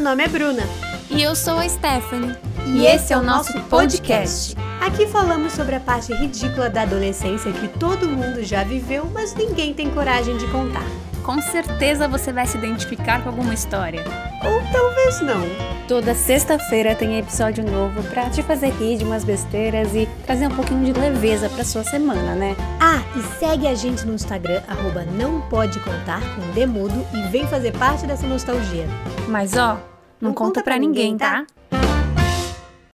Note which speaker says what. Speaker 1: nome é Bruna.
Speaker 2: E eu sou a Stephanie.
Speaker 3: E esse é o nosso podcast.
Speaker 1: Aqui falamos sobre a parte ridícula da adolescência que todo mundo já viveu, mas ninguém tem coragem de contar.
Speaker 2: Com certeza você vai se identificar com alguma história.
Speaker 1: Ou talvez não.
Speaker 3: Toda sexta-feira tem episódio novo pra te fazer rir de umas besteiras e trazer um pouquinho de leveza pra sua semana, né?
Speaker 1: Ah, e segue a gente no Instagram, arroba não pode contar com Demudo e vem fazer parte dessa nostalgia.
Speaker 2: Mas ó, não, conta, pra, ninguém, tá?